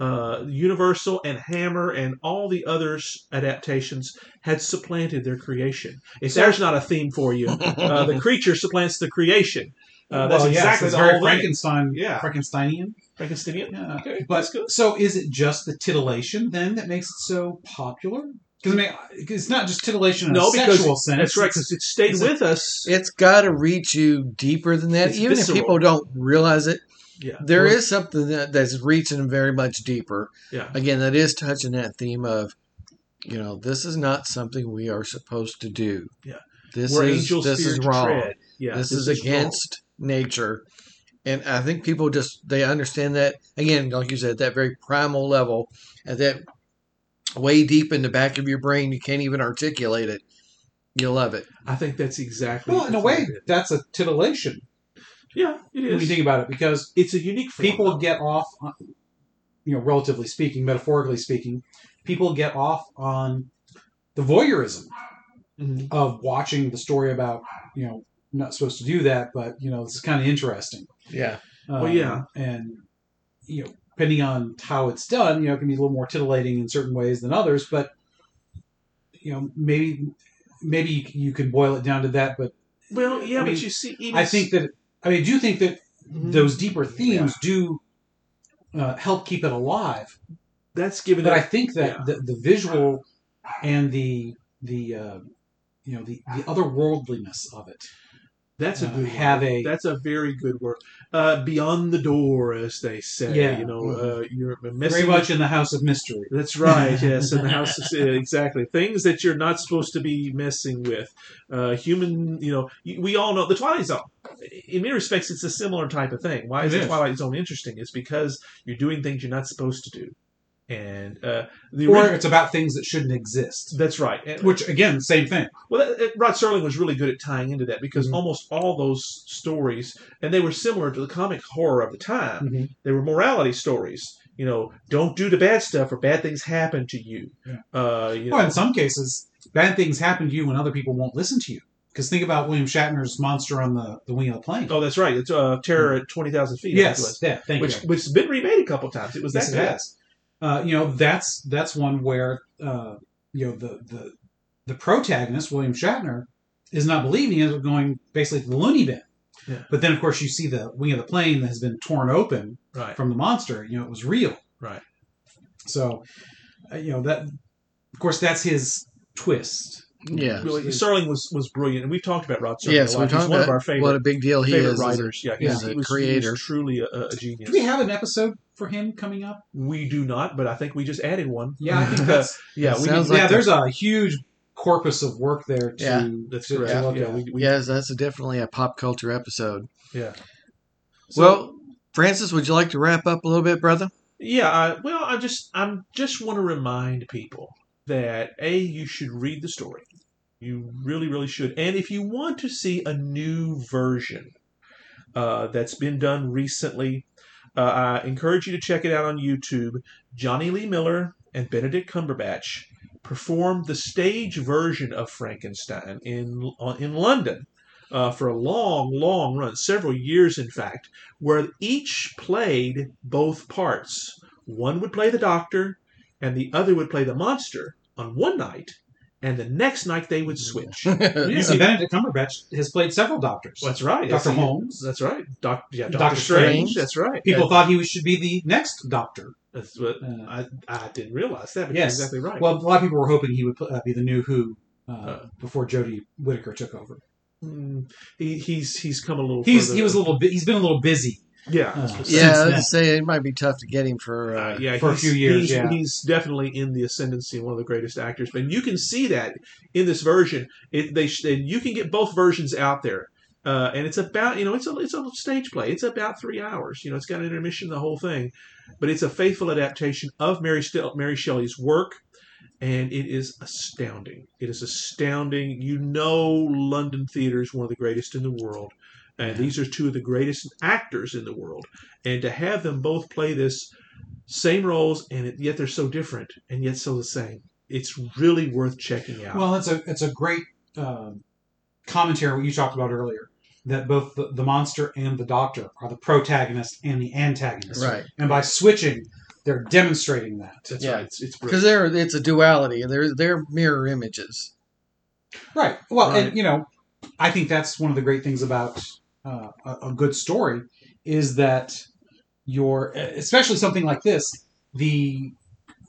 Uh, Universal and Hammer and all the other s- adaptations had supplanted their creation. If there's not a theme for you, uh, [LAUGHS] the creature supplants the creation. Uh, that's Well, yes, exactly it's the very whole thing. Frankenstein, Yeah. Frankensteinian. Frankenstein. Yeah. Okay, But that's good. so, is it just the titillation then that makes it so popular? Because I mean, it's not just titillation in No, a because sexual sense. That's right, It's- because it stayed it's a- with us. It's got to reach you deeper than that, It's even visceral. if people don't realize it. Yeah. There Well- is something that, that's reaching very much deeper. Yeah. Again, that is touching that theme of, you know, this is not something we are supposed to do. Yeah. This Where is angels this fear is to wrong. tread. Yeah, this, is, wrong. against nature and i think people just they understand that again like you said at that very primal level at that way deep in the back of your brain you can't even articulate it you love it I think that's exactly. well, in a that's way, what it that's a titillation is. Yeah, it when you is. think about it, because It's a unique form. people get off, on, you know, relatively speaking, metaphorically speaking, people get off on the voyeurism Mhm. of watching the story about you know I'm not supposed to do that, but you know, this is kind of interesting. Yeah. Um, Well, yeah. and you know, depending on how it's done, you know, it can be a little more titillating in certain ways than others. But you know, maybe maybe you can boil it down to that. But Well, yeah, I but mean, you see, even I think that I mean, I do think that Mm-hmm. those deeper themes do uh, help keep it alive. that's giving But I it. think that the, the visual and the the uh, you know the, the otherworldliness of it that's a uh, good have a That's a very good word. Uh, beyond the door, as they say. Yeah. You know, uh, you're messing very much in the house of mystery. That's [LAUGHS] right. Yes, in the house, exactly. Things that you're not supposed to be messing with. Uh, human, you know, y- we all know the Twilight Zone. In many respects, it's a similar type of thing. Why is It the is. Twilight Zone interesting? It's because you're doing things you're not supposed to do, and uh, the Or orig- it's about things that shouldn't exist. that's right. And- Which again, same thing. well, that, that- Rod Serling was really good at tying into that because Mhm. almost all those stories, and they were similar to the comic horror of the time. Mhm. They were morality stories. You know, don't do the bad stuff or bad things happen to you. Uh, you know, Well, in some cases, bad things happen to you when other people won't listen to you. Because think about William Shatner's monster on the, the wing of the plane. Oh, that's right. It's uh, Terror at twenty thousand feet. I think it Mm-hmm. yes, was. yeah, thank which you. which has been remade a couple times. It was that Yes, it has. Uh, you know, that's that's one where uh, you know the, the the protagonist William Shatner is not believing, ends up going basically to the loony bin. Yeah. But then, of course, you see the wing of the plane that has been torn open good. right. from the monster. You know, it was real. Right. So, uh, you know that. Of course, that's his twist. Yeah. Really, Serling was was brilliant, and we've talked about Rod Serling. Yeah. a So lot. we're He's talking one about of our favorite what a big deal he favorite is. as a- writers. yeah, he's, as a he was, he was creator. truly a, a genius. Do we have an episode for him coming up? We do not, but I think we just added one. Yeah, I [LAUGHS] [LAUGHS] think Uh, that's yeah, we Sounds need- like yeah. the- There's a huge corpus of work there to, Yeah, that's to- to correct. look Yeah, at. we, we, yes, that's definitely a pop culture episode. yeah. well, well, Francis, would you like to wrap up a little bit, [LAUGHS] brother? Yeah, I, well, I just I am just want to remind people that a you should read the story. You really, really should. And if you want to see a new version uh, that's been done recently, uh, I encourage you to check it out on YouTube. Johnny Lee Miller and Benedict Cumberbatch performed the stage version of Frankenstein in on- in London uh, for a long, long run, several years, in fact where each played both parts. One would play the doctor, and the other would play the monster on one night, and the next night they would switch. Well, You see, Benedict Cumberbatch has played several doctors. that's right. Doctor That's- Holmes. That's right. Doc, yeah, Doctor, Doctor Strange. Strange. That's right. People thought he should be the next doctor. That's what Uh, I, I didn't realize that, but Yes. you're exactly right. well, a lot of people were hoping he would pl- uh, be the new Who uh, Uh. before Jodie Whittaker took over. Mm, he, he's he's come a little. He's further. he was a little bit. He's been a little busy. yeah. uh, since yeah, I was then. gonna say it might be tough to get him for. Uh, Uh, yeah, for a he's- few years, He's, yeah. he's definitely in the ascendancy, and one of the greatest actors. But you can see that in this version. It, they sh- and you can get both versions out there, uh, and it's about you know it's a it's a stage play. It's about three hours. You know, it's got an intermission, the whole thing, but it's a faithful adaptation of Mary Still, Mary Shelley's work. And it is astounding. It is astounding. You know, London theater is one of the greatest in the world, and these are two of the greatest actors in the world. And to have them both play this same roles and it- yet they're so different and yet so the same it's really worth checking out Well, it's a it's a great um, commentary what you talked about earlier that both the, the monster and the doctor are the protagonist and the antagonist, right. and by switching, they're demonstrating that. that's yeah. right it's, it's Because brilliant they're it's a duality. They're they're mirror images. Right. Well, Right. and you know, I think that's one of the great things about uh, a, a good story is that your, especially something like this, the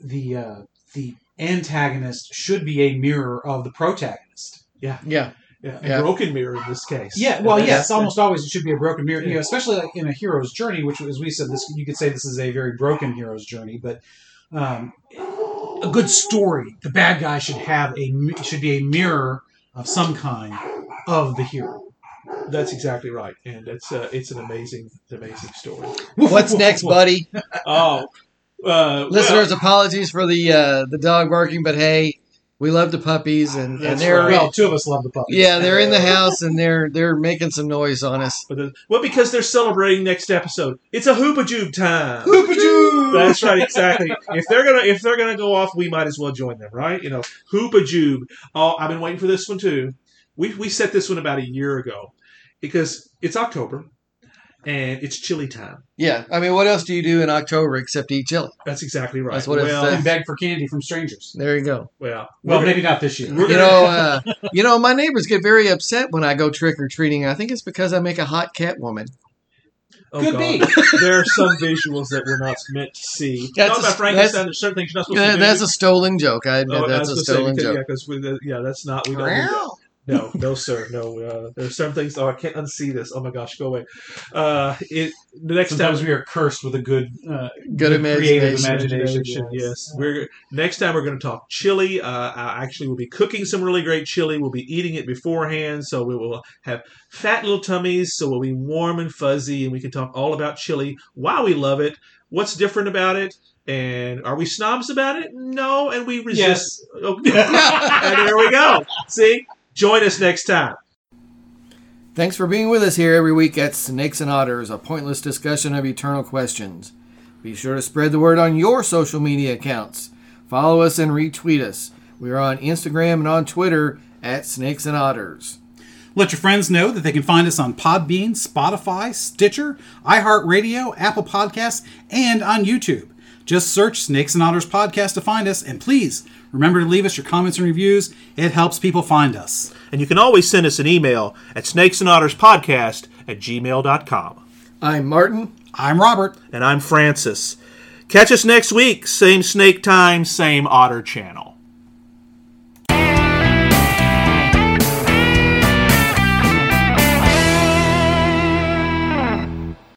the uh, the antagonist should be a mirror of the protagonist. Yeah, yeah. yeah. A broken mirror in this case Yeah, well, And that's- yes, almost always it should be a broken mirror, you Yeah. know, especially like in a hero's journey, which as we said, this you could say this is a very broken hero's journey, but um, a good story, the bad guy should have a mi- should be a mirror of some kind of the hero. that's exactly right and it's uh, it's an amazing amazing story [LAUGHS] What's next, buddy? oh uh, Listeners, apologies for the uh, the dog barking, but hey, we love the puppies, and, and That's they're right. Well, two of us love the puppy. yeah, they're in the house, and they're they're making some noise on us. well, but the- well, because they're celebrating next episode it's a hoopajube time Hoopajoo! That's right, exactly. If they're gonna if they're gonna go off, we might as well join them, right? You know, Uh, hoop a jube. Oh, I've been waiting for this one too. We we set this one about a year ago, because it's October and it's chili time. Yeah, I mean, what else do you do in October except eat chili? That's exactly right. That's what it well, says. and beg for candy from strangers. There you go. Well, Well, we're- maybe not this year. we're You gonna- [LAUGHS] know, uh, you know, my neighbors get very upset when I go trick or treating. I think it's because I make a hot cat woman. oh, Could God. be. there are some visuals that we're not meant to see. That's Talk a- about Frankenstein. There's certain things you're not supposed to That- do. Uh, that's a stolen joke. I admit Oh, I that's a was gonna say, stolen because- joke. Yeah, 'cause we- that- yeah, that's not. We don't do that. No, no, sir. No, uh, there's some things. Oh, I can't unsee this. Oh my gosh, go away. Uh, it, the next time Sometimes we are cursed with a good, uh, Good creative imagination. imagination. Yes, we're next time we're going to talk chili. Uh, I actually will be cooking some really great chili. We'll be eating it beforehand, so we will have fat little tummies. So we'll be warm and fuzzy, and we can talk all about chili, why we love it, what's different about it, and are we snobs about it? No, and we resist. Oh, [LAUGHS] and there we go. See, join us next time. Thanks for being with us here every week at Snakes and Otters, a pointless discussion of eternal questions. Be sure to spread the word on your social media accounts. Follow us and retweet us. We are on Instagram and on Twitter at Snakes and Otters. Let your friends know that they can find us on Podbean, Spotify, Stitcher, iHeartRadio, Apple Podcasts, and on YouTube. Just search Snakes and Otters Podcast to find us, and please remember to leave us your comments and reviews. It helps people find us. And you can always send us an email at snakesandotterspodcast at gmail.com. I'm Martin. I'm Robert. and I'm Francis. Catch us next week, same snake time, same otter channel.